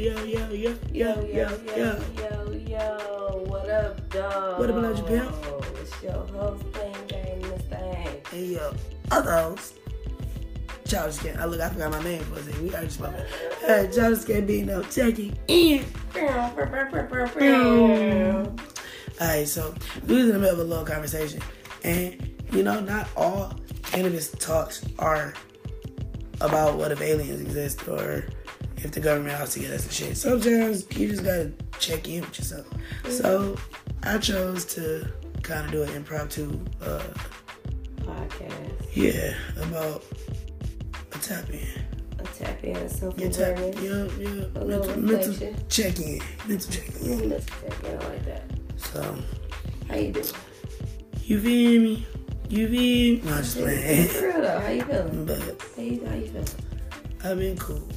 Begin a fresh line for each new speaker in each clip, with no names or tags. yeah, yeah, yeah, yeah.
yo, yo, what up, dog?
What up, Elijah Pimp?
It's your host playing game this thing.
Hey, yo, others. Childish can't. I look, I forgot my name for a second. We already spoke. Hey, Childish can't be no techie. All right, so we was in the middle of a little conversation, and you know, not all cannabis talks are about what if aliens exist or if the government has to get us and shit. Sometimes you just gotta check in with yourself. So I chose to kind of do an impromptu, uh,
Podcast.
yeah, about a tap in.
A tap in and self
Yeah, tap,
awareness.
yeah, yeah.
A little
Mental, mental
reflection.
check in, mental check in.
Let's tap in like that.
So.
How you doing?
You feel me? You feel me? No, I'm just playing.
For real though, how you feeling?
but
How you, how you feeling?
I've been cool.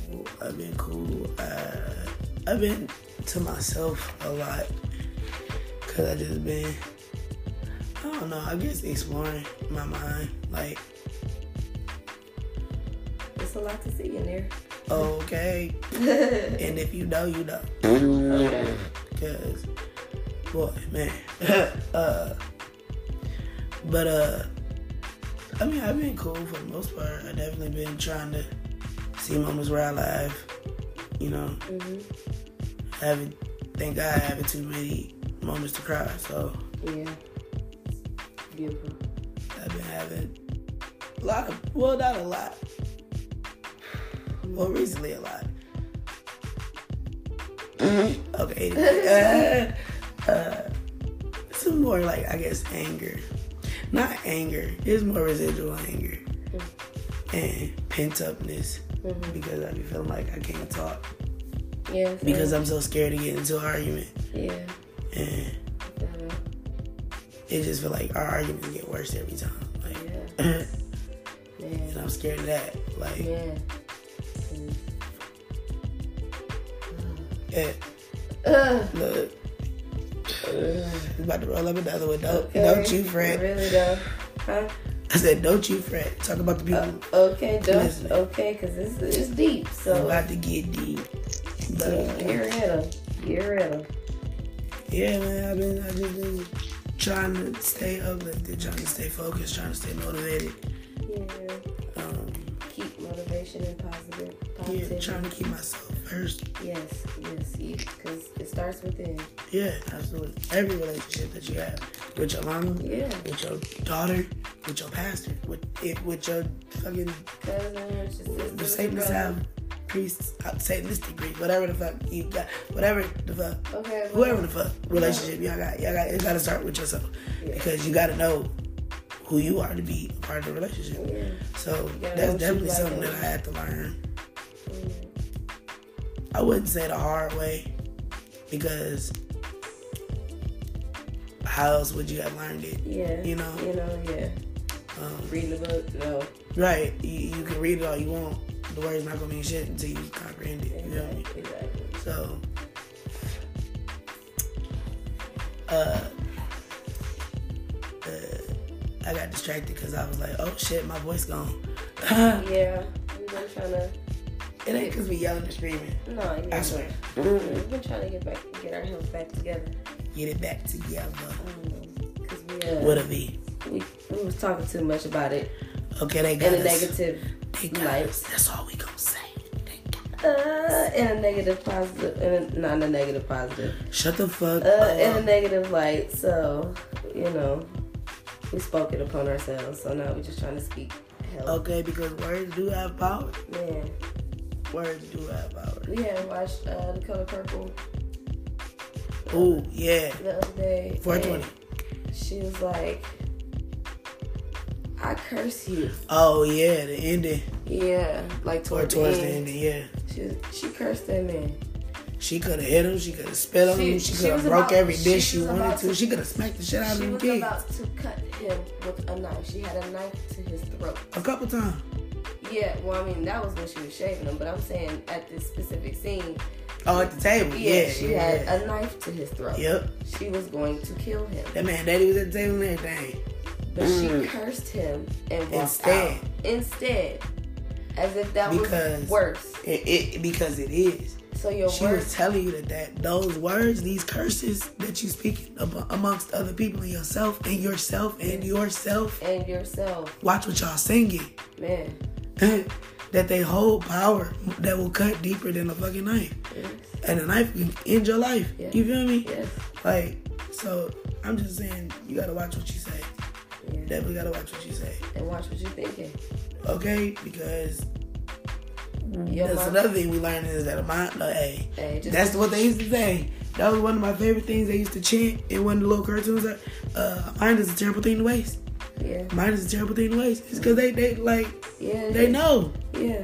I've been cool. Uh, I've been to myself a lot because I just been. I don't know. I guess exploring my mind. Like,
It's a lot to see in there. Mm-hmm.
okay,
okay.
and if you know, you know. Cause, boy, man. uh, but uh, I mean, I've been cool for the most part. I definitely been trying to see moments where I live. You know,
hmm
I haven't. Thank God, I haven't too many moments to cry. So
Yeah. Beautiful.
I've been having a lot of, well, not a lot. Well, recently a lot. Okay. anyway. Uh, uh, some more like I guess anger, not anger. It's more residual anger and pent upness
Mhm.
because I be feeling like I can't talk
Yeah. so-
because I'm so scared to get into an argument
yeah.
and
Uh,
it just feel like our arguments get worse every time. Like,
Yeah.
and
Yeah.
I'm scared of that. Like,
Yeah. Mm-hmm.
eh,
Ugh.
look, I'm about to roll up another one. Don't,
Okay.
don't you fret.
Really though. Huh?
I said, don't you fret. Talk about the people
Uh, okay, don't.
Listen.
Okay, because it's, it's deep.
who
So
about to get deep. But
so
uh,
get rid of them. Get rid of them.
yeah, man, I've been, I just been trying to stay uplifted, trying to stay focused, trying to stay motivated.
Yeah.
Um,
Keep motivation and positive.
yeah,
Positivity.
trying to keep myself first.
Yes, yes, because it starts within.
Yeah, absolutely. Every relationship that you have with your mama,
Yeah.
with your daughter, with your pastor, with it, with your fucking
Cousins, your sisters,
the
your
Satanists
brothers.
have priests, uh, Satanist degree, whatever the fuck you got, whatever the fuck,
Okay. well,
whoever the fuck relationship y'all got, y'all got, it gotta start with yourself
Yeah.
because you gotta know who you are to be a part of the relationship.
Yeah.
So
gotta know
that's
what you
definitely
like
something
and-
that I had to learn.
mm,
I wouldn't say the hard way because how else would you have learned it?
Yeah.
You know?
You know. Yeah.
Um,
Reading the book. No.
right, you, you can read it all you want. The word's not gonna mean shit until you comprehend it. You know what I mean?
Exactly. Exactly.
So, uh, uh, I got distracted because I was like, oh shit, my voice gone. it
Yeah. We've been trying to.
ain't because we yelling and screaming.
No. Yeah.
I swear. Mm.
We've been trying to get back, get our health back together.
Get it back together.
Because we, uh,
What a V.
we, we was talking too much about it
Okay, they
in
got
a
us.
negative,
They got
light.
us. That's all we gonna say. They got-
uh, in a negative positive, in a, not in a negative positive,
Shut the fuck
uh, in a
up.
negative light. So, you know, we spoke it upon ourselves. So now we're just trying to speak health.
Okay, because words do have power.
Man,
Words do have power.
we had watched uh, The Color Purple
Ooh, yeah.
the other day. and
420.
She was like, I curse you.
Oh, yeah, the ending.
Yeah, like
Or
toward
towards the
end.
ending, yeah.
She, was- she cursed that man.
She could have hit him. She could have spit on
She-
him. She
she
could have
was
broke
about-
every
she
dish she,
was
wanted
about
to.
to-
She could have smacked the shit out of
She
him
was
kid
about to cut him with a knife. She had a knife to his throat.
a couple times.
Yeah, well, I mean, that was when she was shaving him, but I'm saying at this specific scene,
Oh, at the table.
yeah,
Yeah,
she
yeah.
had a knife to his throat.
Yep.
She was going to kill him,
That man, daddy was at the table and everything.
but she cursed him and walked
Instead.
out. Instead, as if that
Because-
was worse.
It, it because it is.
So your
she
words.
was telling you that, that those words, these curses that you speak ab- amongst other people and yourself and yourself and yourself.
and yourself,
Watch what y'all singing.
man.
that they hold power that will cut deeper than a fucking knife,
Yes.
and a knife can end your life.
Yeah.
You feel me?
Yes.
Like, so I'm just saying, you gotta watch what you say.
Yeah.
Definitely gotta watch what you say,
And watch what you're thinking.
okay? Because
Your
that's
mind-
another thing we learned is that a mind, uh, hey,
Hey, just
That's what they used to say. That was one of my favorite things they used to chant in one of the little cartoons. That, uh, mine is a terrible thing to waste.
yeah.
Mine is a terrible thing to waste. It's because they, they like
Yeah.
they know.
Yeah.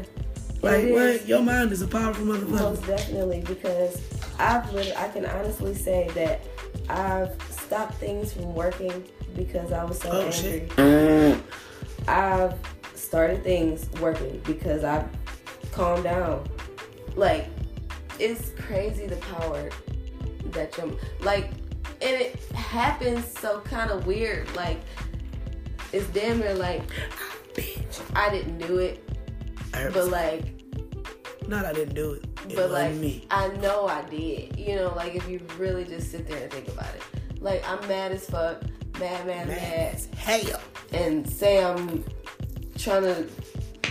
Like
It is.
what? Your mind is a powerful motherfucker.
Most definitely, because I've lit- I can honestly say that I've stopped things from working because I was so
Oh,
angry.
shit.
I've started things working because I've calmed down. Like, it's crazy the power that you're like, and it happens so kind of weird. Like, it's damn near like
Ah, Bitch.
I didn't do it,
I heard
but like
not I didn't do it. It
but
wasn't
like
me.
I know I did. You know, like if you really just sit there and think about it. Like I'm mad as fuck, mad, mad, mad,
Man, hell.
and say I'm trying to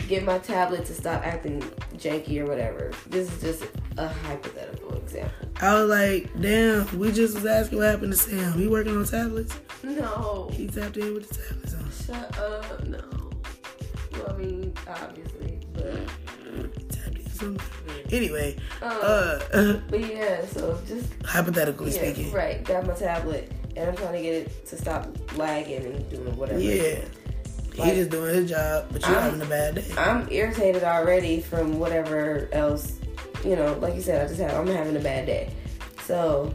get my tablet to stop acting janky or whatever. This is just a hypothetical example.
I was like, damn. We just was asking what happened to Sam. He working on tablets.
No,
He tapped in with the tablets on.
shut up, no. Well, I mean, obviously, but
Tapped in something. Anyway,
um,
uh,
but yeah. So just
hypothetically
yeah,
speaking,
right. Got my tablet, and I'm trying to get it to stop lagging and doing whatever. it's
Yeah.
doing.
he just doing his job, but you're
I'm-
having a bad day.
I'm irritated already from whatever else, you know, like you said, I just had, I'm having a bad day. So,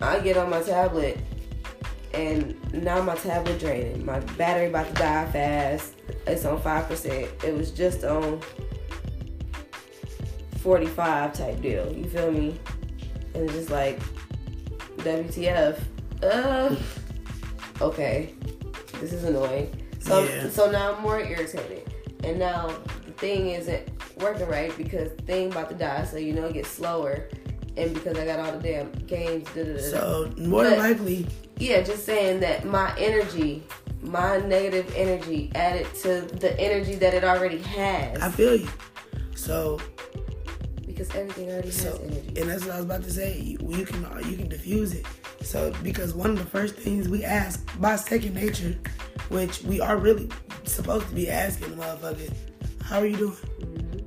I get on my tablet, and now my tablet draining. My battery about to die fast. It's on 5%. It was just on 45 type deal. You feel me? And it's just like, WTF. Uh, okay. This is annoying. So,
Yeah.
so now I'm more irritated. And now the thing isn't working right because the thing about to die, so you know it gets slower. And because I got all the damn games, da da da. da.
So more than
But-
likely,
Yeah, just saying that my energy, my negative energy added to the energy that it already has.
I feel you. So,
because everything already
so,
has energy.
and that's what I was about to say. You, you can uh, you can diffuse it. So because one of the first things we ask by second nature, which we are really supposed to be asking the motherfuckers, how are you doing?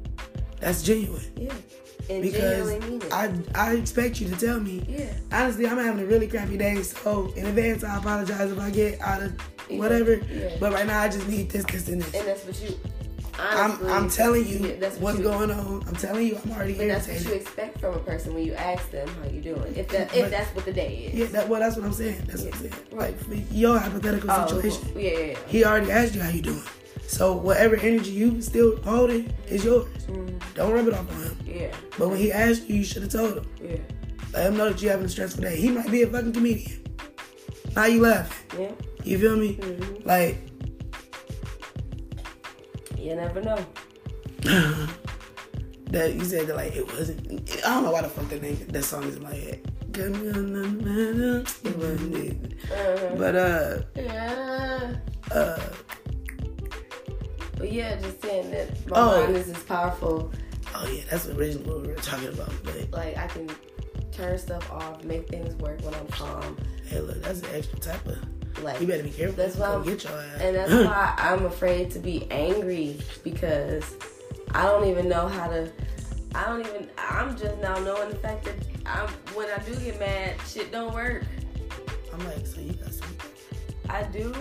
That's genuine.
Yeah. And
Because
genuinely mean it.
I I expect you to tell me.
yeah.
Honestly, I'm having a really crappy day, so in advance I apologize if I get out of
Yeah.
whatever.
Yeah.
But right now I just need this, this, and this.
And that's what you
I'm,
honestly,
I'm telling you
yeah, that's what
what's
you-
going on. I'm telling you I'm already
But that's what you
irritated.
expect from a person when you ask them how you doing. If that
But-
if that's what the day is.
Yeah, that, well, that's what I'm saying. That's what I'm saying.
Yeah.
Like for your hypothetical
Oh,
situation,
yeah, yeah, yeah.
he already asked you how you doing. So whatever energy you still holding is yours.
Mhm.
Don't rub it off on him.
Yeah.
But when he asked you, you should have told him.
Yeah.
Let him know that you having a stressful day. He might be a fucking comedian. Now you laughing.
Yeah.
You feel me?
Mhm.
Like
You never know.
that you said that like it wasn't. I don't know why the fuck that name that song is in my head. It wasn't it.
Uh-huh.
But uh,
yeah.
uh,
But yeah, just saying that my
Oh.
mind is as powerful.
oh yeah, that's originally what we were talking about. But
Like I can turn stuff off, make things work when I'm calm.
hey, look, that's an extra type of.
Like
You better be careful.
That's
you
why
gonna
I'm-
get your ass.
and that's why I'm afraid to be angry because I don't even know how to. I don't even. I'm just now knowing the fact that I'm when I do get mad, shit don't work.
I'm like, so you got some.
I do.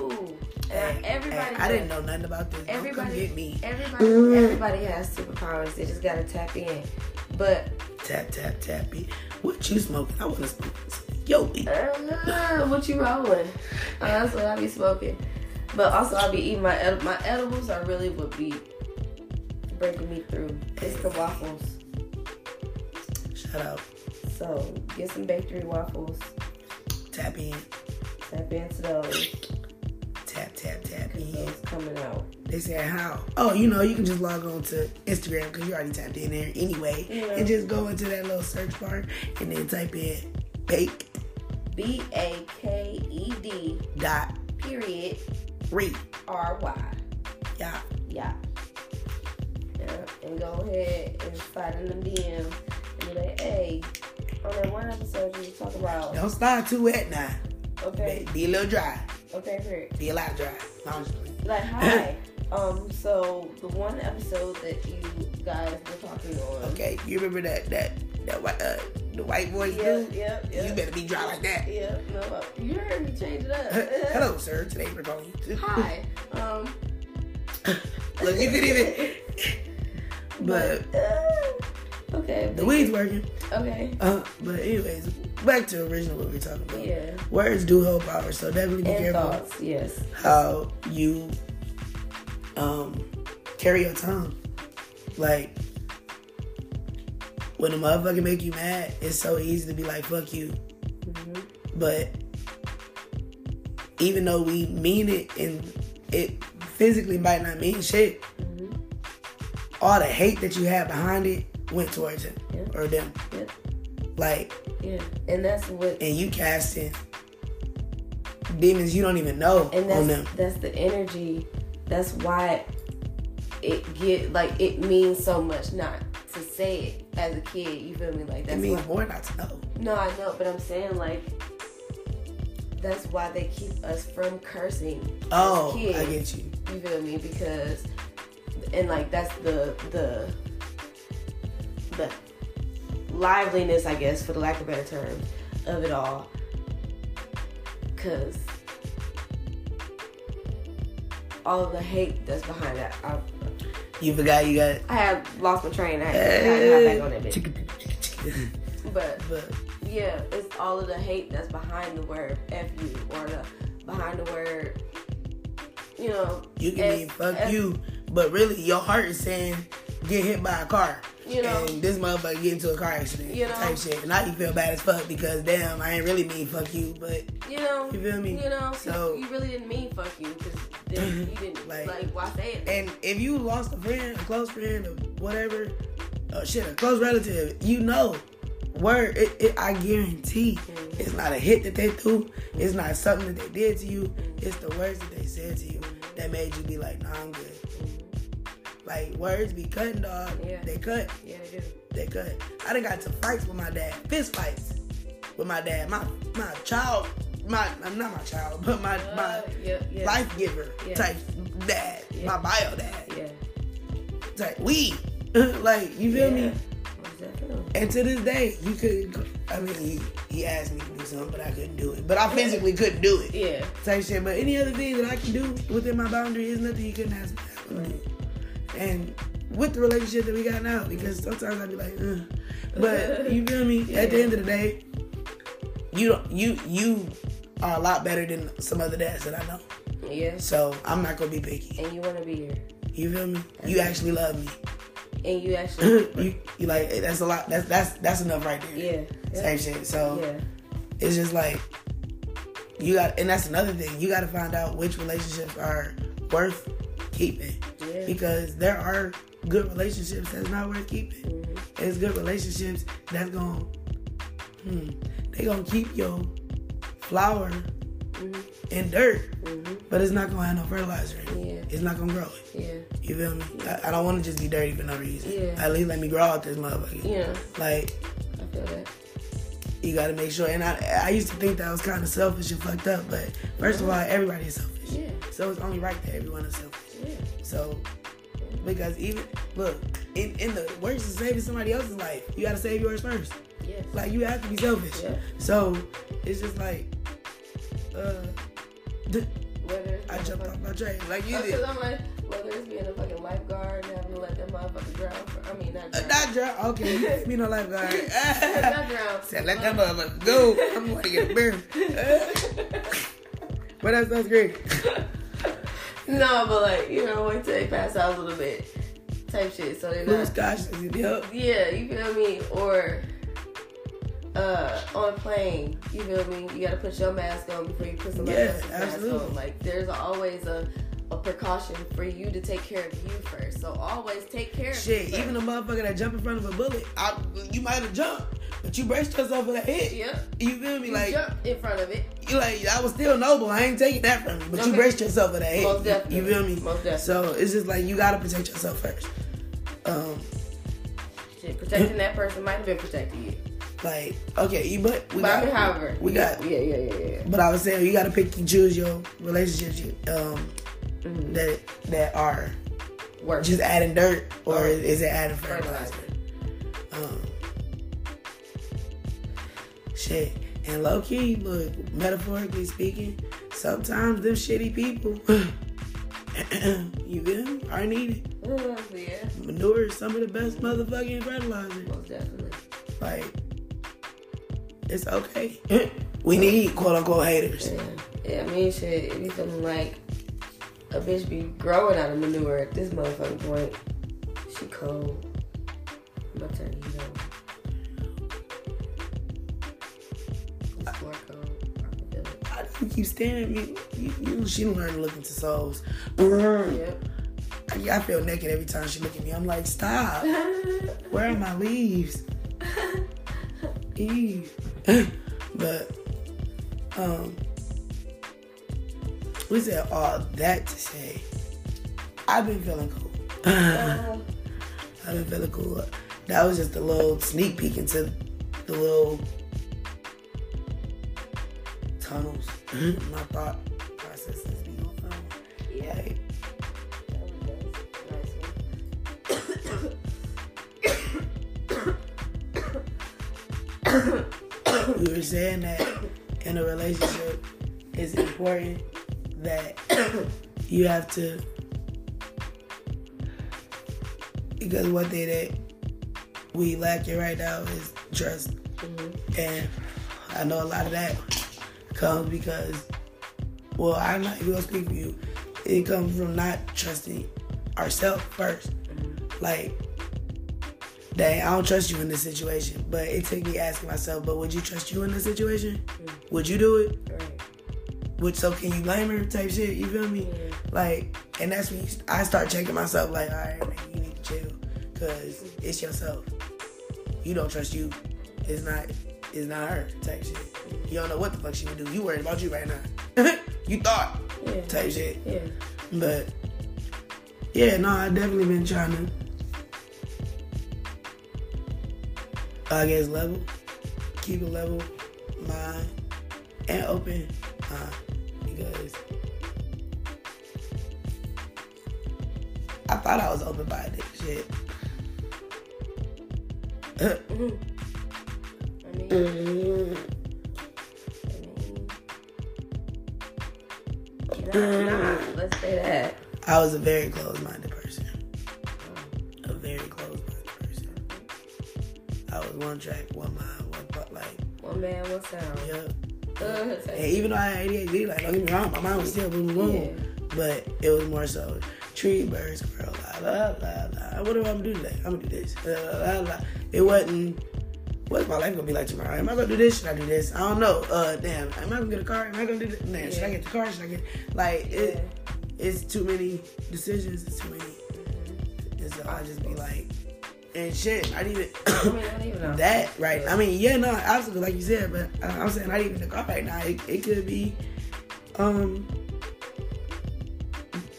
And
Hey,
I, Uh, everybody.
hey, I didn't
does.
know nothing about this. Don't come
Everybody-
get me.
Everybody.
Mm.
Everybody has superpowers. They just gotta tap in. But
Tap tap tap. it. What you smoking? I want to smoke. Yo, weed.
uh, what you rolling? Uh, that's what I be smoking. But also I be eating my ed- my edibles. I really would be breaking me through. It's the waffles.
shout out.
So get some bakery waffles,
Tap in.
tap into those,
Tap tap tap
cause
in.
those coming out
They said how? Oh, you know, you can just log on to Instagram because you already tapped in there anyway,
Yeah.
and just go into that little search bar and then type in bake
B A K E D
dot
period
re.
R Y.
Yeah,
Yeah. Yeah. And go ahead and slide in them DMs and be like, hey, on that one episode you was talking about
don't start too wet now.
okay,
Be a little dry.
okay, period.
Be a lot dry. No, I'm just playing.
Like hi. um, so the one episode that you guys were talking on.
Okay, you remember that that that white uh, the white voice
Yep,
dude?
yep,
You
yep.
better be dry like that.
Yeah, no, you heard me change it up.
Hello, sir. Today we're going. To...
Hi. Um,
Look, you could even. But
uh, okay.
the weed's working.
Okay.
Uh, but anyways, back to original what we we're talking about.
Yeah.
Words do hold power, so definitely be
And
careful
thoughts. Yes.
how you um carry your tongue. Like when a motherfucker make you mad, it's so easy to be like "fuck you,"
Mhm.
but even though we mean it and it physically might not mean shit,
Mhm.
all the hate that you had behind it went towards him
Yeah.
or them.
Yep.
Like
Yeah. And that's what.
and you casting demons you don't even know
And
on
that's
them.
that's the energy. That's why it get like it means so much not to say it as a kid. You feel me? Like
It
that's why.
means more not to know.
No, I know, but I'm saying like that's why they keep us from cursing.
Oh,
kid.
I get you.
You feel me? Because and like that's the the the liveliness, I guess, for the lack of better term, of it all. Cause all the hate that's behind that. I,
You forgot you got.
I have lost my train. I had to got back on that
Eh.
bitch. Mm-hmm.
But
But yeah, it's all of the hate that's behind the word F you or the behind the word, you know,
you can
As-
mean fuck
as-
you, but really your heart is saying get hit by a car.
you know,
and this motherfucker get into a car accident,
You know?
type shit. And now you feel bad as fuck because damn, I ain't really mean fuck you, but
you know,
you feel me?
you know,
So-
you really didn't mean fuck you because then you didn't like,
Like- eh.
why say it?
And if you lost a friend, a close friend, or whatever, or shit, a close relative, you know, word, it, it, I guarantee
Mhm.
it's not a hit that they threw, it's not something that they did to you, it's the words that they said to you that made you be like, nah, I'm good. Like, words be cutting, dog.
Yeah.
They cut,
yeah, I do.
they cut. I done got to fights with my dad, fist fights with my dad, my my child, my, not my child, but my, my
Uh, yeah, yeah,
life giver
Yeah.
type dad,
Yeah.
my bio dad
yeah.
like we like you feel me
yeah. What does that feel?
and to this day you could i mean he, he asked me to do something but i couldn't do it but i physically couldn't do it
Yeah,
type shit but any other thing that i can do within my boundary is nothing you couldn't ask me to do. and with the relationship that we got now because sometimes i'd be like Ugh. but you feel me at the
Yeah.
end of the day you don't you you are a lot better than some other dads that i know
yes.
so i'm not gonna be picky
And you want to be here,
you feel me you actually love me
and you actually,
you, you like that's a lot. That's that's that's enough right there.
yeah, yeah,
Same shit. So
yeah,
it's just like you got, and that's another thing. You got to find out which relationships are worth keeping
yeah.
because there are good relationships that's not worth keeping.
Mhm.
There's good relationships that's gonna hmm, they gonna keep your flower
Mhm.
in dirt,
Mhm.
but it's not gonna have no fertilizer. In it.
Mm-hmm. Yeah.
It's not gonna grow it.
Yeah.
You feel me? I, I don't want to just be dirty for no reason.
Yeah.
At least let me grow out this motherfucker.
Yeah.
Like
I feel that.
you gotta make sure. And I, I used to think that I was kind of selfish and fucked up, but first of all, everybody is selfish.
Yeah.
So it's only right that everyone is selfish.
Yeah.
So because even look, in, in the worst is saving somebody else's life, you gotta save yours first.
Yes.
Like you have to be selfish.
Yeah.
So it's just like, uh, d-
Whether
I jumped off my train like you
Because
did.
I'm like, whether it's being a fucking lifeguard and having to let that motherfucker drown. For, I mean, not
Uh,
drown.
not drown. Okay, me no lifeguard.
not drown.
Said let that motherfucker go. I'm gonna get a beer. Uh, but that's that's great.
no, but like, you know, wait till they pass out a little bit type shit. So they're
Blue
not.
sky. Yep.
Yeah, you feel me? Or uh, on a plane, you feel me? You gotta put your mask on before you put somebody
Yeah,
else's
absolutely.
mask on. Like, there's always a a precaution for you to take care of you first. So always take care of
Shit,
you.
even the
first.
motherfucker that jump in front of a bullet, I, you might have jumped, but you braced yourself for the hit.
Yep.
You feel me?
You
Like,
jump in front of it.
you like I was still noble. I ain't taking that from you, but you
Okay.
braced yourself for that hit.
Most definitely.
You feel me?
Most definitely.
So it's just like you gotta protect yourself first. Um,
Shit, protecting that person might have been protecting you.
like okay, you but we
but
got
I mean, however,
we
yeah,
got.
yeah, yeah, yeah, yeah.
But I was saying you gotta pick and choose your relationships you- um,
Mhm.
that that are
Work.
just adding dirt or
Or
is it adding fertilizer?
fertilizer.
Um, shit. And low key, look, metaphorically speaking, sometimes them shitty people, you feel me, are needed.
Uh, yeah,
Manure is some of the best motherfucking fertilizer.
most definitely.
Like, it's okay. we need quote unquote haters.
Yeah. yeah, I mean, shit, it be feeling like a bitch be growing out of manure at this motherfucking point. She cold. I'm about to turn the heat on. It's more cold. I can feel it.
I think keep staring at me. You, you, she don't learn to look into souls. I,
Yep.
I feel naked every time she look at me. I'm like, stop. Where are my leaves? Eve. but um we said all that to say I've been feeling cool. I've
Uh,
been feeling cool. That was just a little sneak peek into the little tunnels. my thought processes be on tunnel.
yeah.
Like,
That was nice.
we were saying that in a relationship it's important that you have to because one thing that we lack it right now is trust and I know a lot of that comes because well I'm not even gonna speak for you it comes from not trusting ourselves first like dang, I don't trust you in this situation. But it took me asking myself, but would you trust you in this situation? Would you do it?
Right.
Would so can you blame her type shit? You feel me?
Yeah.
Like, and that's when you, I start checking myself. Like, all right, man, you need to chill, cause it's yourself. You don't trust you. It's not. It's not her type shit. You don't know what the fuck she would do. You worried about you right now. you thought
Yeah.
type shit.
Yeah.
But yeah, no, I definitely been trying to. I guess level, keep a level mind and open mind because I thought I was open minded. Shit,
I mean, I mean, nah, nah, let's say that.
I was a very closed minded person. A very closed minded person. I was one track, one mind, one thought. Like,
One man, one sound.
yeah.
Uh,
And even though I had ADHD, like don't get me wrong, my mind was still boom boom. boom. But it was more so tree, bird, squirrel, la la la la. What am I gonna do today? I'm gonna do this. La, la, la, la. It wasn't. What's my life gonna be like tomorrow? Am I gonna do this? Should I do this? I don't know. Uh, damn. Am I gonna get a car? Am I gonna do this? Damn. Should I get the car? Should I get like it? It's too many decisions. It's too many. And so I just be like, and shit. I didn't
I
even.
mean, I don't even know.
that right. I mean, yeah, no, absolutely, like you said, but I- I'm saying not even the car right now. It, it could be, um,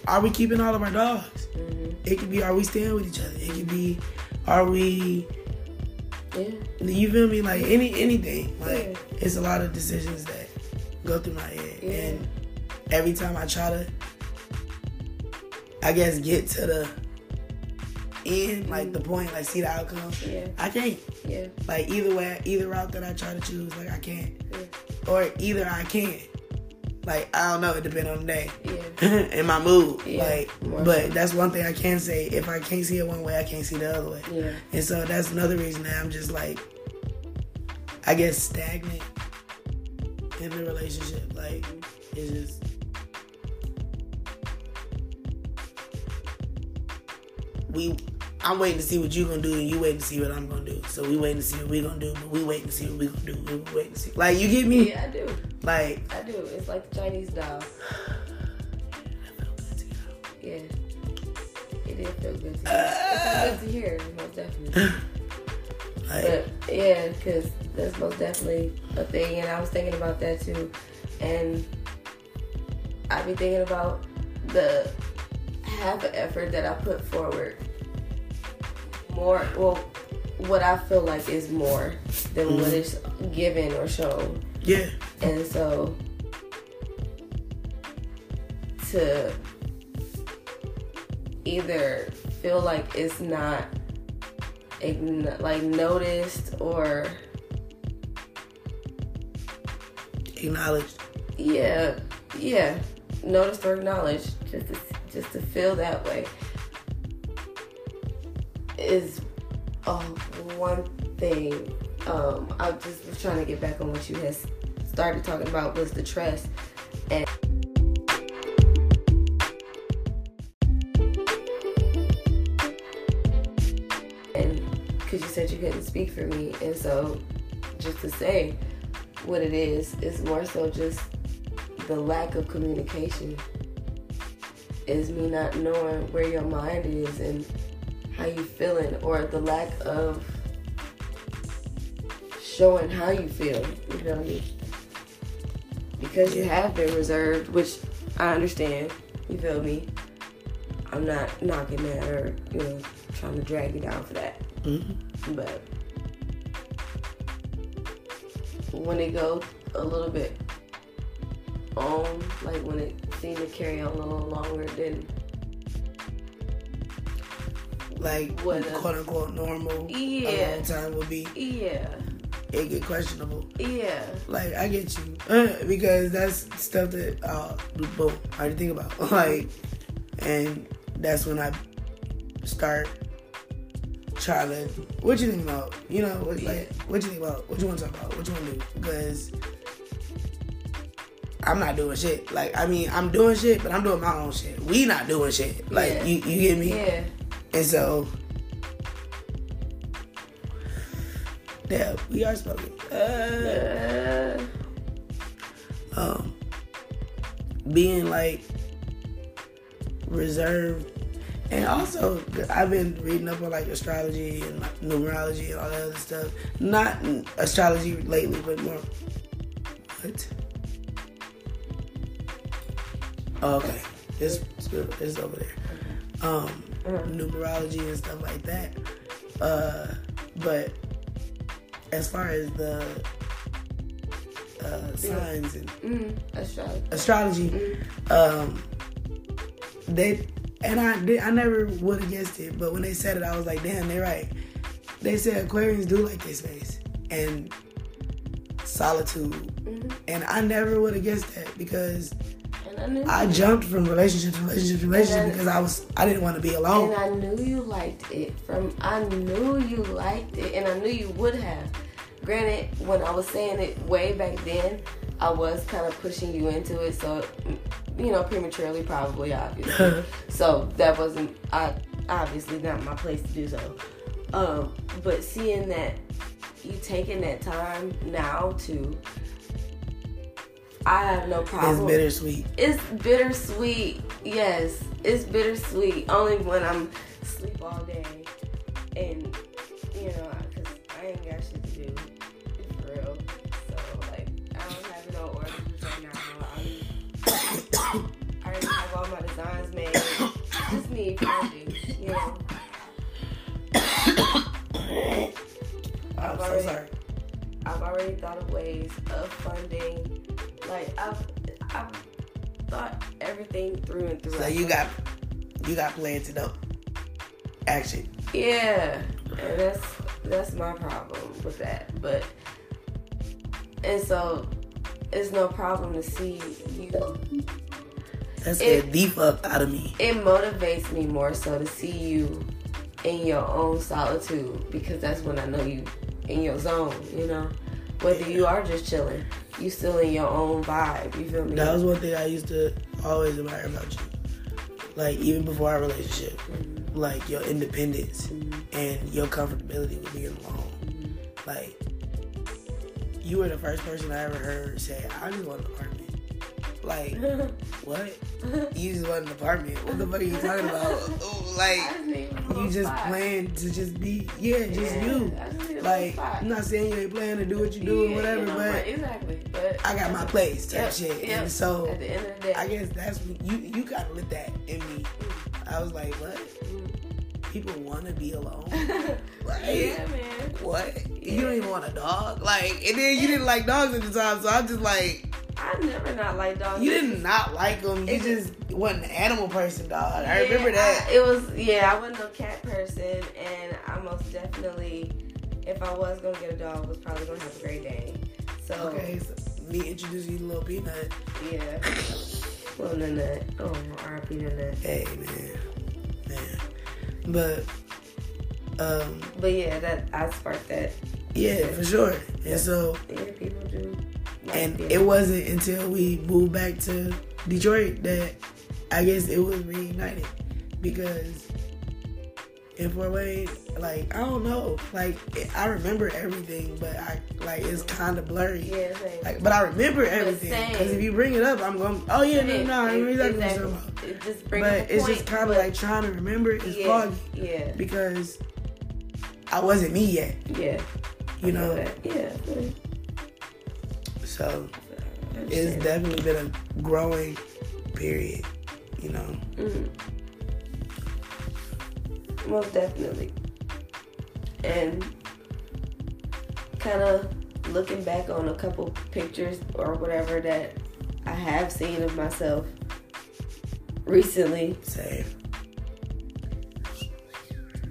are we keeping all of our dogs?
Mhm.
It could be, are we staying with each other? It could be, are we?
Yeah.
You feel me? Like any anything. Like
Yeah.
it's a lot of decisions that go through my head,
Yeah.
and every time I try to, I guess get to the end, like the point, like see the outcome.
Yeah.
I can't.
Yeah.
Like either way, either route that I try to choose, like I can't,
Yeah.
or either I can. Like I don't know. It depends on the day
Yeah.
and my mood.
Yeah,
like,
more
but that's one thing I can say. If I can't see it one way, I can't see the other way.
Yeah.
And so that's another reason that I'm just like, I guess stagnant in the relationship. Like it's just. We, I'm waiting to see what you're gonna do, and you waiting to see what I'm gonna do. So we waiting to see what we gonna do, but we waiting to see what we gonna do. We waiting to see, like you get me,
Yeah, I do.
like
I do. It's like the Chinese doll.
I feel good to you.
yeah, it did feel good to hear. it felt good to hear, most definitely.
Like,
But yeah, because that's most definitely a thing, and I was thinking about that too, and I be thinking about the half of effort that I put forward. More, well, what I feel like is more than what is given or shown,
yeah,
and so to either feel like it's not ign- like noticed or
acknowledged.
yeah yeah noticed or acknowledged just to, just to feel that way is oh, one thing um, I just was trying to get back on what you had started talking about was the trust and and because you said you couldn't speak for me and so just to say what it is it's more so just the lack of communication is me not knowing where your mind is and how you feeling or the lack of showing how you feel you know what I mean? because you have been reserved which i understand you feel me i'm not knocking that or you know trying to drag you down for that
hmm
but when it goes a little bit on, like when it seemed to carry on a little longer than
Like,
What a-
quote unquote normal. A
Yeah.
long time would be.
yeah,
It get questionable.
yeah,
Like I get you Uh, because that's stuff that uh, boom I already think about. Like, and that's when I start trying to. What you think about? You know, what, like what you think about? What you want to talk about? What you want to do? Because I'm not doing shit. Like I mean, I'm doing shit, but I'm doing my own shit. We not doing shit. Like
Yeah.
you, you get me?
yeah,
And so, yeah, we are smoking. Uh,
uh,
um, being like reserved. And also, I've been reading up on like astrology and like, numerology and all that other stuff. Not astrology lately, but more. What? Oh, Okay, it's it's over there. Um, numerology and stuff like that. Uh, but as far as the uh, signs and
mm, astrology,
astrology. Um, they and I did, I never would have guessed it, but when they said it, I was like, damn, they right. They said Aquarians do like their space and solitude,
Mhm.
and I never would have guessed that because
and I knew,
I jumped from relationship to relationship to relationship
And I-
because I was I didn't want to be alone.
and I knew you liked it from, I knew you liked it, and I knew you would have. Granted, when I was saying it way back then, I was kind of pushing you into it, so mm, you know, prematurely, probably, obviously. So that wasn't I obviously not my place to do so. Um, but seeing that you taking that time now to I have no
it's
problem.
bittersweet.
It's bittersweet. Yes, it's bittersweet. Only when I'm sleep all day and you know, I- cause I ain't got shit to do for real. So like, I don't have no orders right now. I'm, I already have all my designs made. Just need funding, you know.
I'm so
already-
sorry.
I've already thought of ways of funding. Like I've I've thought everything through and through.
So you got you got plans to know action.
Yeah, and that's that's my problem with that. But and so it's no problem to see you.
That
It-
scared the fuck out of me.
It motivates me more so to see you in your own solitude because that's when I know you in your zone. You know, whether you are just chilling, you still in your own vibe. You feel me?
That was one thing I used to always admire about you. Like even before our relationship, like your independence and your comfortability with being alone. Like you were the first person I ever heard say, "I just want an apartment." Like, what? You just want an apartment. What the fuck are you talking about? Ooh,
I
Like,
just need a little
you just
spot.
plan to just be, yeah, just
Yeah,
you.
I just need a
Like,
little spot.
I'm not saying you ain't planning to do what you do
Yeah,
or whatever,
you know,
but
right, exactly. But
I got my place type
Yep,
shit.
yep.
And so
at the end of the day,
I guess that's when you you gotta let that in me. I was like, what? People wanna be alone? Like,
yeah, man.
what? You
Yeah.
don't even want a dog? Like, and then you didn't like dogs at the time, so I'm just like,
I never not like dogs.
you did not like them. You
It just-
just wasn't an animal person, dog. I
Yeah,
remember that.
I- it was yeah. I wasn't no cat person, and I most definitely, if I was gonna get a dog, was probably gonna have a Great Dane. So
Okay, so me introducing you to Lil Peanut.
yeah, little Nanette. Oh, R.I.P. Nanette.
Hey, man. Man. But, um,
But yeah, that I sparked that.
yeah, for sure. And so,
Yeah, people do. Like
and
being-
it wasn't until we moved back to Detroit that I guess it was reunited because in Fort Wayne, like I don't know, like I remember everything, but I like it's kind of blurry.
yeah, same.
Like, but I remember everything because if
same.
you bring it up, I'm going. Oh yeah, no,
It-
no, I remember
it-
exactly what you're talking about.
exactly. It just brings up
But
a
it's
point,
just kind of
but
like trying to remember. It's
yeah,
foggy
Yeah,
because I wasn't me yet,
yeah,
you know.
but, yeah.
So
I
it's
understand.
definitely been a growing period, you know.
Mm. Most definitely. And kind of looking back on a couple pictures or whatever that I have seen of myself recently,
Same.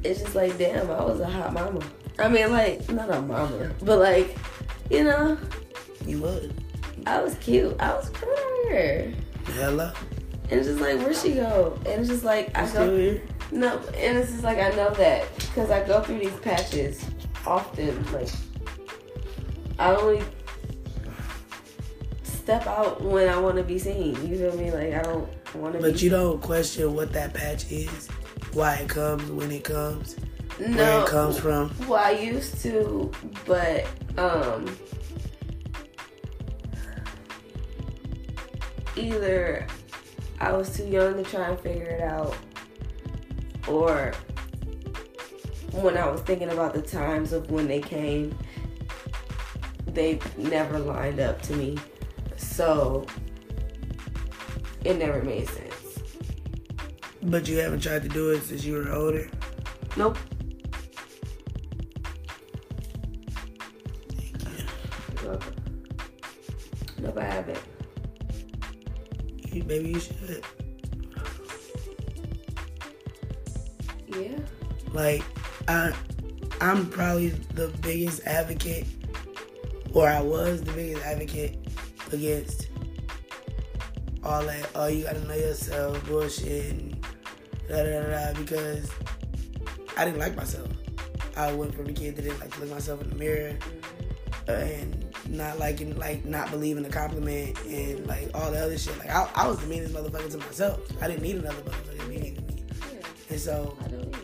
it's just like, damn, I was a hot mama. I mean, like, not a mama, but like, you know,
You would.
I was cute. I was coming over here.
Hello.
And it's just like, where'd she go? And it's just like, I go.
Still here?
No, and it's just like I know that because I go through these patches often. Like I only step out when I want to be seen. You feel me? Like I don't want to.
But
be,
you don't question what that patch is, why it comes, when it comes,
you
where it comes from.
Well, I used to, but um, either I was too young to try and figure it out, or when I was thinking about the times of when they came, they never lined up to me. So it never made sense.
But you haven't tried to do it since you were older.
Nope.
Thank you.
Nope, I haven't.
You- Maybe you should.
Yeah.
Like, I, I'm probably the biggest advocate, or I was the biggest advocate against all that. Oh, you gotta know yourself, bullshit, and da da da da. Because I didn't like myself. I went from a kid that didn't like to look myself in the mirror uh, and not liking, like not believing the compliment and like all the other shit. Like I, I was the meanest motherfucker to myself. I didn't need another motherfucker meaning to me. And so
I don't either.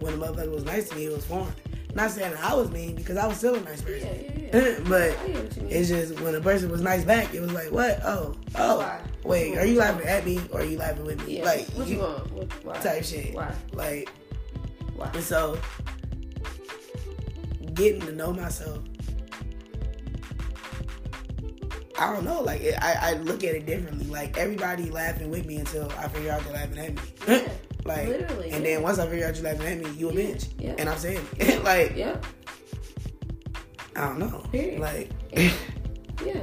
when the motherfucker was nice to me, it was foreign. Not saying I was mean because I was still a nice person.
Yeah, yeah,
but
I hear what you mean.
it's just when a person was nice back, it was like, what? Oh, oh,
Why?
wait,
Who-
are you laughing at me or are you laughing with me?
yeah.
Like,
what you, want? What, why?
type shit.
Why?
Like,
Why?
and so getting to know myself, I don't know. Like, it, I, I look at it differently. Like, everybody laughing with me until I figure out they're laughing at me.
Yeah,
like,
literally,
and
yeah.
then once I figure out you're laughing at me, you a
Yeah,
bitch.
yeah.
And I'm saying, it. like,
Yeah,
I don't know.
Period.
Like,
yeah.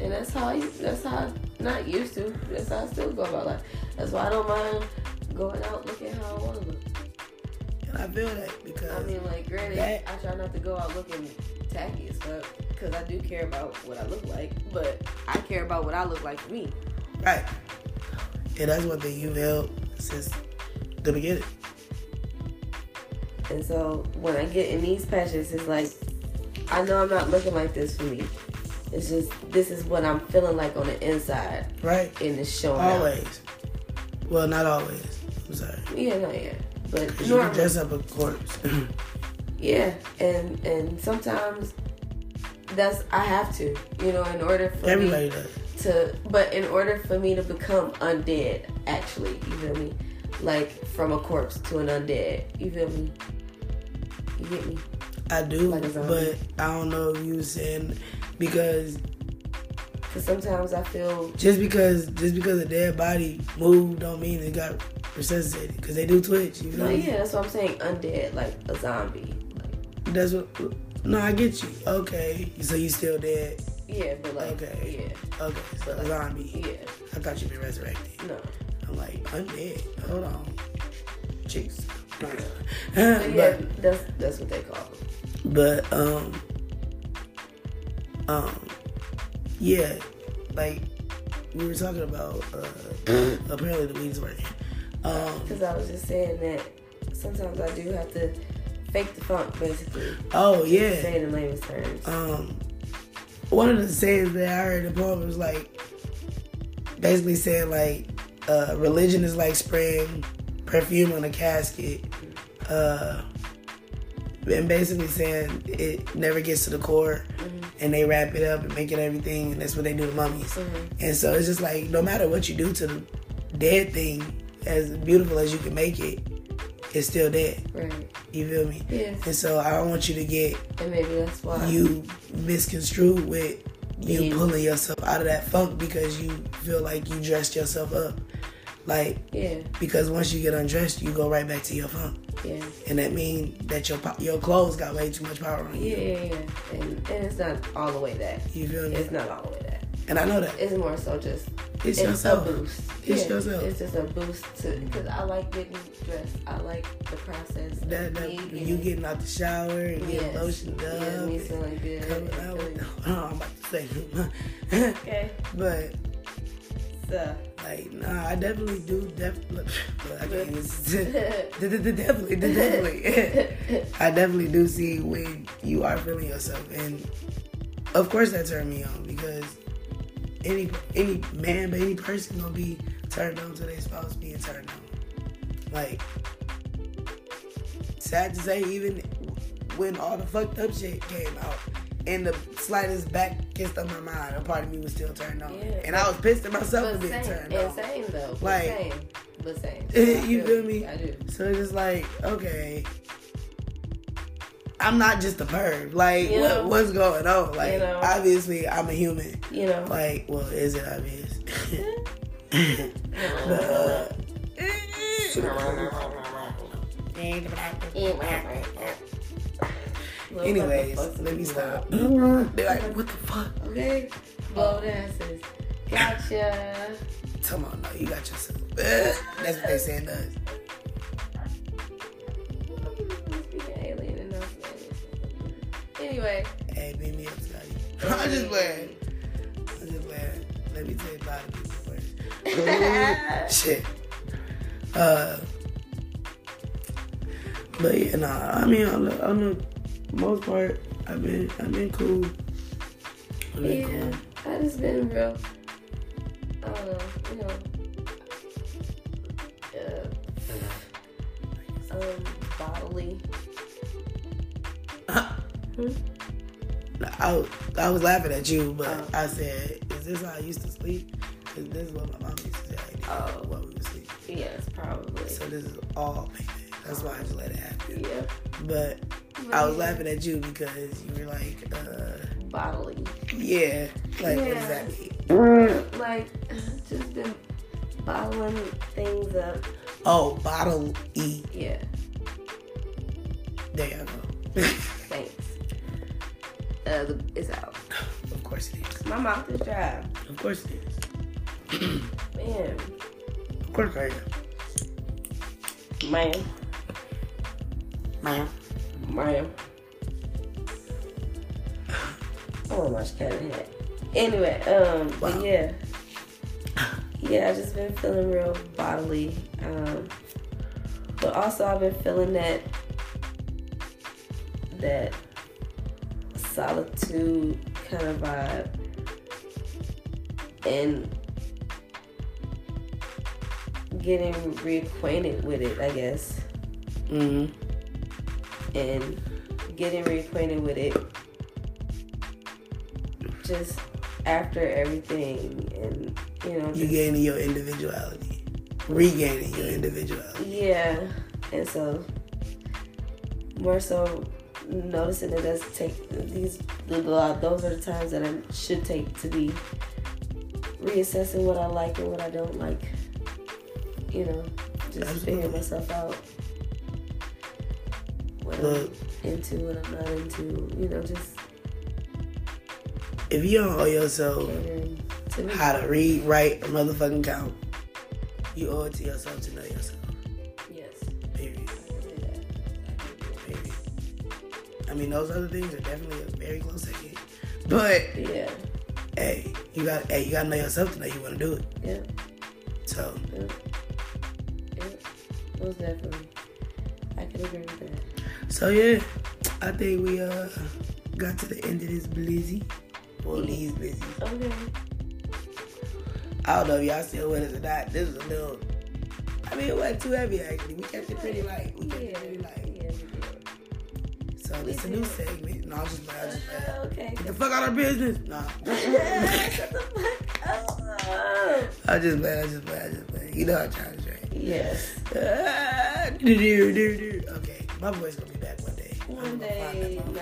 And that's how I. That's how I'm not used to. That's how I still go about life. That's why I don't mind going out looking how I want to look.
and I feel that
I
because
mean, like, granted,
That-
I try not to go out looking tacky and stuff because I do care about what I look like, but I care about what I look like to me.
right, and that's one thing you've held since the beginning.
And so when I get in these patches, it's like, I know I'm not looking like this for me. It's just, this is what I'm feeling like on the inside,
Right.
and it's showing out.
Always. Well, not always. I'm sorry.
Yeah, no, yeah. But
'Cause You can
normally,
dress up a corpse.
yeah. And and sometimes that's I have to, you know, in order for
Everybody
me
does.
to but in order for me to become undead actually you feel me like from a corpse to an undead you feel me you get me
I do,
Like a
but
zombie.
I don't know if you saying because
because sometimes i feel
just because just because a dead body moved don't mean it got resuscitated because they do twitch. You know,
no yeah that's what i'm saying undead like a zombie like
that's what. No, I get you. Okay, so you still dead?
yeah but like
Okay. Okay, so a
yeah
zombie.
yeah
I thought you been resurrected.
no
I'm like undead. Hold on, jeez.
but
but,
yeah that's that's what they call it
But um um yeah, like we were talking about uh apparently the weed's working. Um
Because I was just saying that sometimes I do have to fake the funk, basically.
oh
Say
yeah.
Saying in layman's terms.
Um one of the sayings that I heard in the poem was like basically saying like uh religion is like spraying perfume on a casket. Uh and basically saying it never gets to the core and they wrap it up and make it everything and that's what they do to mummies.
Mhm.
And so it's just like no matter what you do to the dead thing, as beautiful as you can make it, it's still dead.
Right.
You feel me?
Yes.
And so I don't want you to get
And maybe that's why.
you misconstrued with you
Yeah.
pulling yourself out of that funk because you feel like you dressed yourself up. Like
Yeah.
because once you get undressed, you go right back to your funk,
Yeah.
and that means that your po- your clothes got way too much power on
Yeah.
you.
Yeah. yeah. And, and it's not all the way that.
You feel me?
It's not all the way that.
And I know that
It's more so just.
it's,
a
yourself.
boost.
It's yourself.
It's just a boost to because I like getting dressed. I like the process. of
That,
me
that, you getting out the shower and getting
yes,
lotioned up.
Yeah, me
and-
feeling good.
coming out
feeling-
with oh, I'm about to say too much.
Okay.
but
So.
like nah I definitely do definitely I can't even definitely definitely I definitely do see when you are feeling yourself and of course that turned me on because any any man but any person gonna be turned on to their spouse being turned on. Like sad to say even when all the fucked up shit came out and the slightest back kissed on my mind, a part of me was still turned on.
Yeah.
And I was pissed at myself for
But
being
same,
turned
and
on.
same though. But
Like-
same, but same.
You feel me?
I do.
So it's just like, okay. I'm not just a perv. Like,
You
what,
know?
what's going on? Like,
You know?
obviously, I'm a human.
You know.
Like, well, is it obvious? uh,
Little
Anyways,
motherfuckers.
let me stop. They're like, what the fuck?
Okay. Blow dances. Gotcha.
Come on, no, you got yourself. That's what they saying to us.
Speaking alien and not alien. Anyway.
Hey, beat me up, Scotty. I'm just playing. I'm just playing. Let me tell you about it before. Shit. Uh, but yeah, nah. I mean, on the, on the most part, I've been I've been cool. I've been
Yeah, I just been real. I don't know, you know. Uh, um, bodily.
cool.
Hmm?
I, I was laughing at you, but
Oh.
I said, "Is this how I used to sleep?" Because this is what my mom used to say.
Oh.
what we would sleep.
Yes, probably.
So this is all. payback. That's why I just let it happen.
Yeah.
But I was laughing at you because you were like, uh,
bodily.
yeah, like what does
Yeah.
that mean?
Like, just been bottling things up.
Oh, bottle E.
Yeah,
There you go.
thanks. Uh, the, it's out.
of course it is.
My mouth is dry.
Of course it is.
Man,
Of course I am.
man,
Ma'am.
man. Oh my cat hat. Anyway, um,
Wow.
but yeah. Yeah, I just been feeling real bodily. Um, but also I've been feeling that that solitude kind of vibe. And getting reacquainted with it, I guess.
Mm-hmm.
And getting reacquainted with it just after everything and you know
You
just-
gaining your individuality, regaining your individuality.
yeah and so more so noticing that that's take these the- the- those are the times that I should take to be reassessing what I like and what I don't like you know just
Absolutely.
figuring myself out what
Look.
I'm into what I'm not into you know just
If you don't owe yourself
catering to me
how to read, write, or motherfucking count, you owe it to yourself to know yourself.
yes
Period.
I can do that. I can do
Period. I mean, those other things are definitely a very close second. But
that. yeah
hey, you got hey, you gotta know yourself to know you want to do it.
yeah
So
Yeah. Yeah. Most definitely. I can agree with that.
So yeah, I think we uh got to the end of this blizzy. Well, these blizzy.
Okay.
I don't know if y'all still with us or not. This was a little. I mean, it wasn't too heavy actually. We kept it pretty light. We kept it
Yeah.
pretty light.
yeah, we
So it's a new segment. No, I'm just playing. I'm just
did.
playing.
Uh, Okay.
Get the fuck out of our business. Nah.
Shut the fuck up.
I just playing. I just playing. I just playing. You know how I'm trying to drink.
Yes.
Ah, do-do-do-do-do. Okay, my voice gonna be back one day. I'm gonna
One
find that
day,
motherfucker.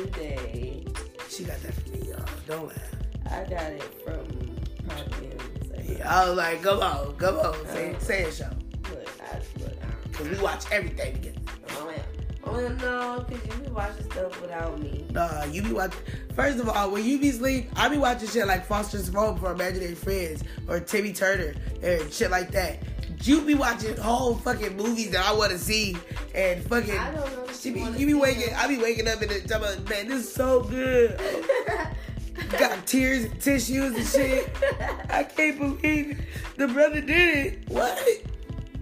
not today.
She got that from me, y'all. Don't laugh.
I got it from Providence. I-
Yeah, I was like, come on, come on,
Uh-huh.
say, say a show.
Look, I look.
Because we watch everything together.
Oh, yeah. Oh no, cause you be watching stuff without me.
Nah, you be watching. First of all, when you be sleep, I be watching shit like Foster's Home for Imaginary Friends or Timmy Turner and shit like that. You be watching whole fucking movies that I want to see and fucking.
I don't know. If
She be,
wanna
you be
see
waking.
them.
I be waking up and talking about, man, this is so good. Got tears and tissues and shit. I can't believe it. the brother did it. What?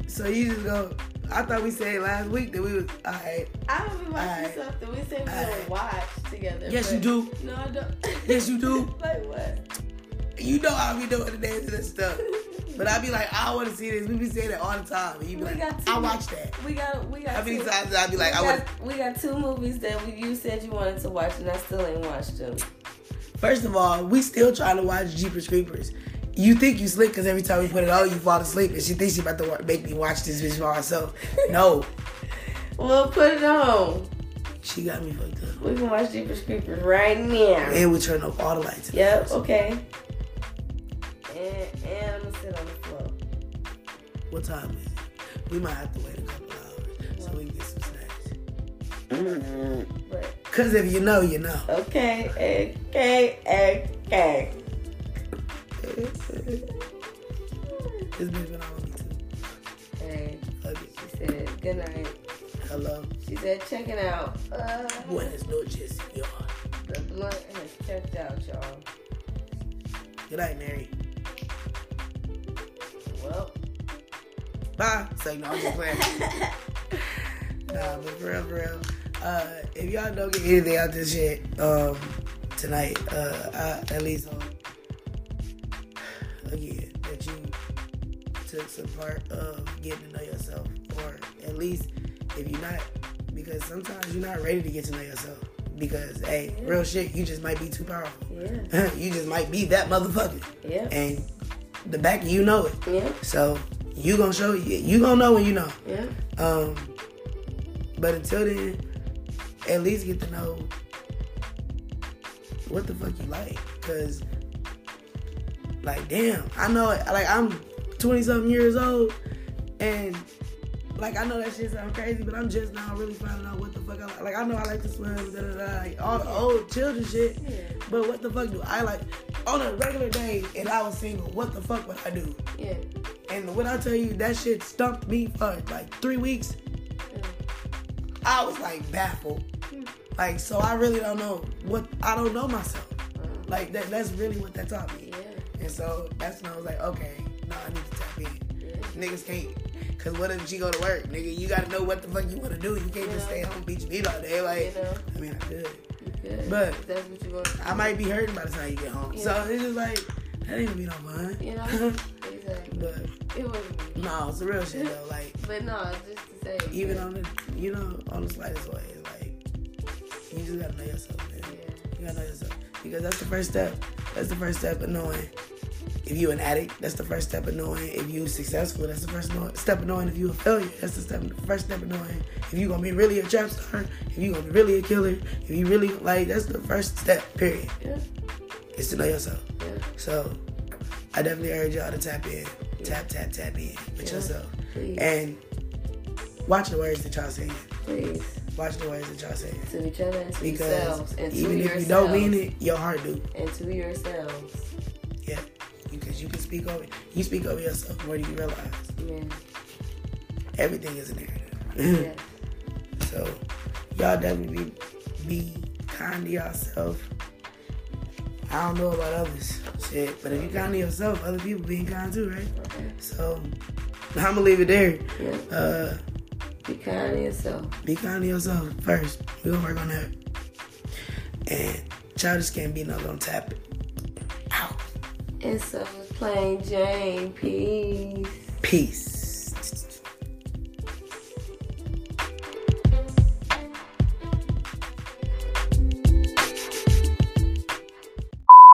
So you just go. I thought we said last week that we was all right.
I would be watching
Alright.
something. We say we
Alright.
don't watch together.
Yes,
but-
you do.
No, I don't.
Yes, you do.
like what?
You know how we doing the dance and stuff. But I be like, I don't want to see this. We be saying it all the time. And you be
We
like,
got two.
I watched that.
We got we got.
How many
two,
times I be like, I
we,
want.
got, we got two movies that we, you said you wanted to watch, and I still ain't watched them.
First of all, we still trying to watch Jeepers Creepers. You think you slick because every time we put it on, you fall asleep, and she thinks she about to wa- make me watch this bitch by myself. No,
Well, put it on.
she got me fucked up.
We can watch Jeepers Creepers right now.
And we turn off all the lights.
Yep. Okay. And and I'm gonna sit on the floor.
What time is it? We might have to wait a couple hours so we can get some snacks.
But
Cause if you know, you know.
okay, okay, okay.
this bitch been on me too.
Okay.
Fuck it.
She said good night.
Hello.
She said checking out. Uh,
Buenas noches, y'all.
The blunt has checked out, y'all.
Good night, Mary.
Well.
Bye. It's like, no, I'm just playing. nah, but for real, for real. Uh, if y'all don't get anything out this shit um, tonight, uh, I at least hope, again, that you took some part of getting to know yourself. Or at least if you're not, because sometimes you're not ready to get to know yourself. Because, hey, real shit, you just might be too powerful.
Yeah.
you just might be that motherfucker.
Yeah.
And the back of you know it.
Yeah.
So you gonna show you, you gonna know when you know.
Yeah.
Um, but until then, at least get to know what the fuck you like, cause like damn, I know like I'm 20 something years old, and like I know that shit sounds crazy, but I'm just now really finding out what the fuck I like. Like I know I like to swim, da da da, like all the old children shit. But what the fuck do I like on a regular day? If I was single, what the fuck would I do?
Yeah.
And when I tell you that shit stumped me for like three weeks, I was like baffled. Like, so I really don't know what I don't know myself.
Wow.
Like that that's really what that taught me.
um, Yeah.
And so that's when I was like, okay, no, I need to tap in.
Yeah.
Niggas can't cause what if she go to work, nigga? You gotta know what the fuck you wanna do. You can't just stay at home beach beat all day.
You
Like
know,
I mean I could.
you good.
But-
If that's what you want.
I might be hurting by the time you get home.
Yeah.
So it's just like that ain't gonna be no fun.
You know. Exactly.
but
It wouldn't be.
no, it's the real shit though. Like
But no, just to say.
even
yeah.
on the you know on the slightest way it's like you just gotta know yourself man
Yeah.
you gotta know yourself because that's the first step That's the first step of knowing if you an addict. That's the first step of knowing if you successful. That's the first know- step of knowing if you a failure. That's the step, first step of knowing if you gonna be really a trap star, if you gonna be really a killer, if you really like. That's the first step. Period.
Yeah.
Is to know yourself.
Yeah.
So I definitely urge y'all to tap in, tap tap tap in with
Yeah.
yourself,
Please.
and watch the words that y'all saying.
please.
Watch the words that y'all saying.
To each other and to
Because
yourselves. And to
even if
yourselves.
you don't mean it, your heart do.
And to yourselves.
Yeah, because you can speak over you speak over yourself more than you realize.
Man.
Everything is a narrative.
Yeah.
So y'all definitely be, be kind to yourself. I don't know about others, shit, but if you kind to yourself, other people being kind too, right?
Okay.
So I'm gonna leave it there.
Yeah.
Uh,
Be kind to yourself.
be kind to yourself first. We gonna work on that. And childish can't be no gonna tap it. Out.
And so it's plain Jane. Peace.
Peace.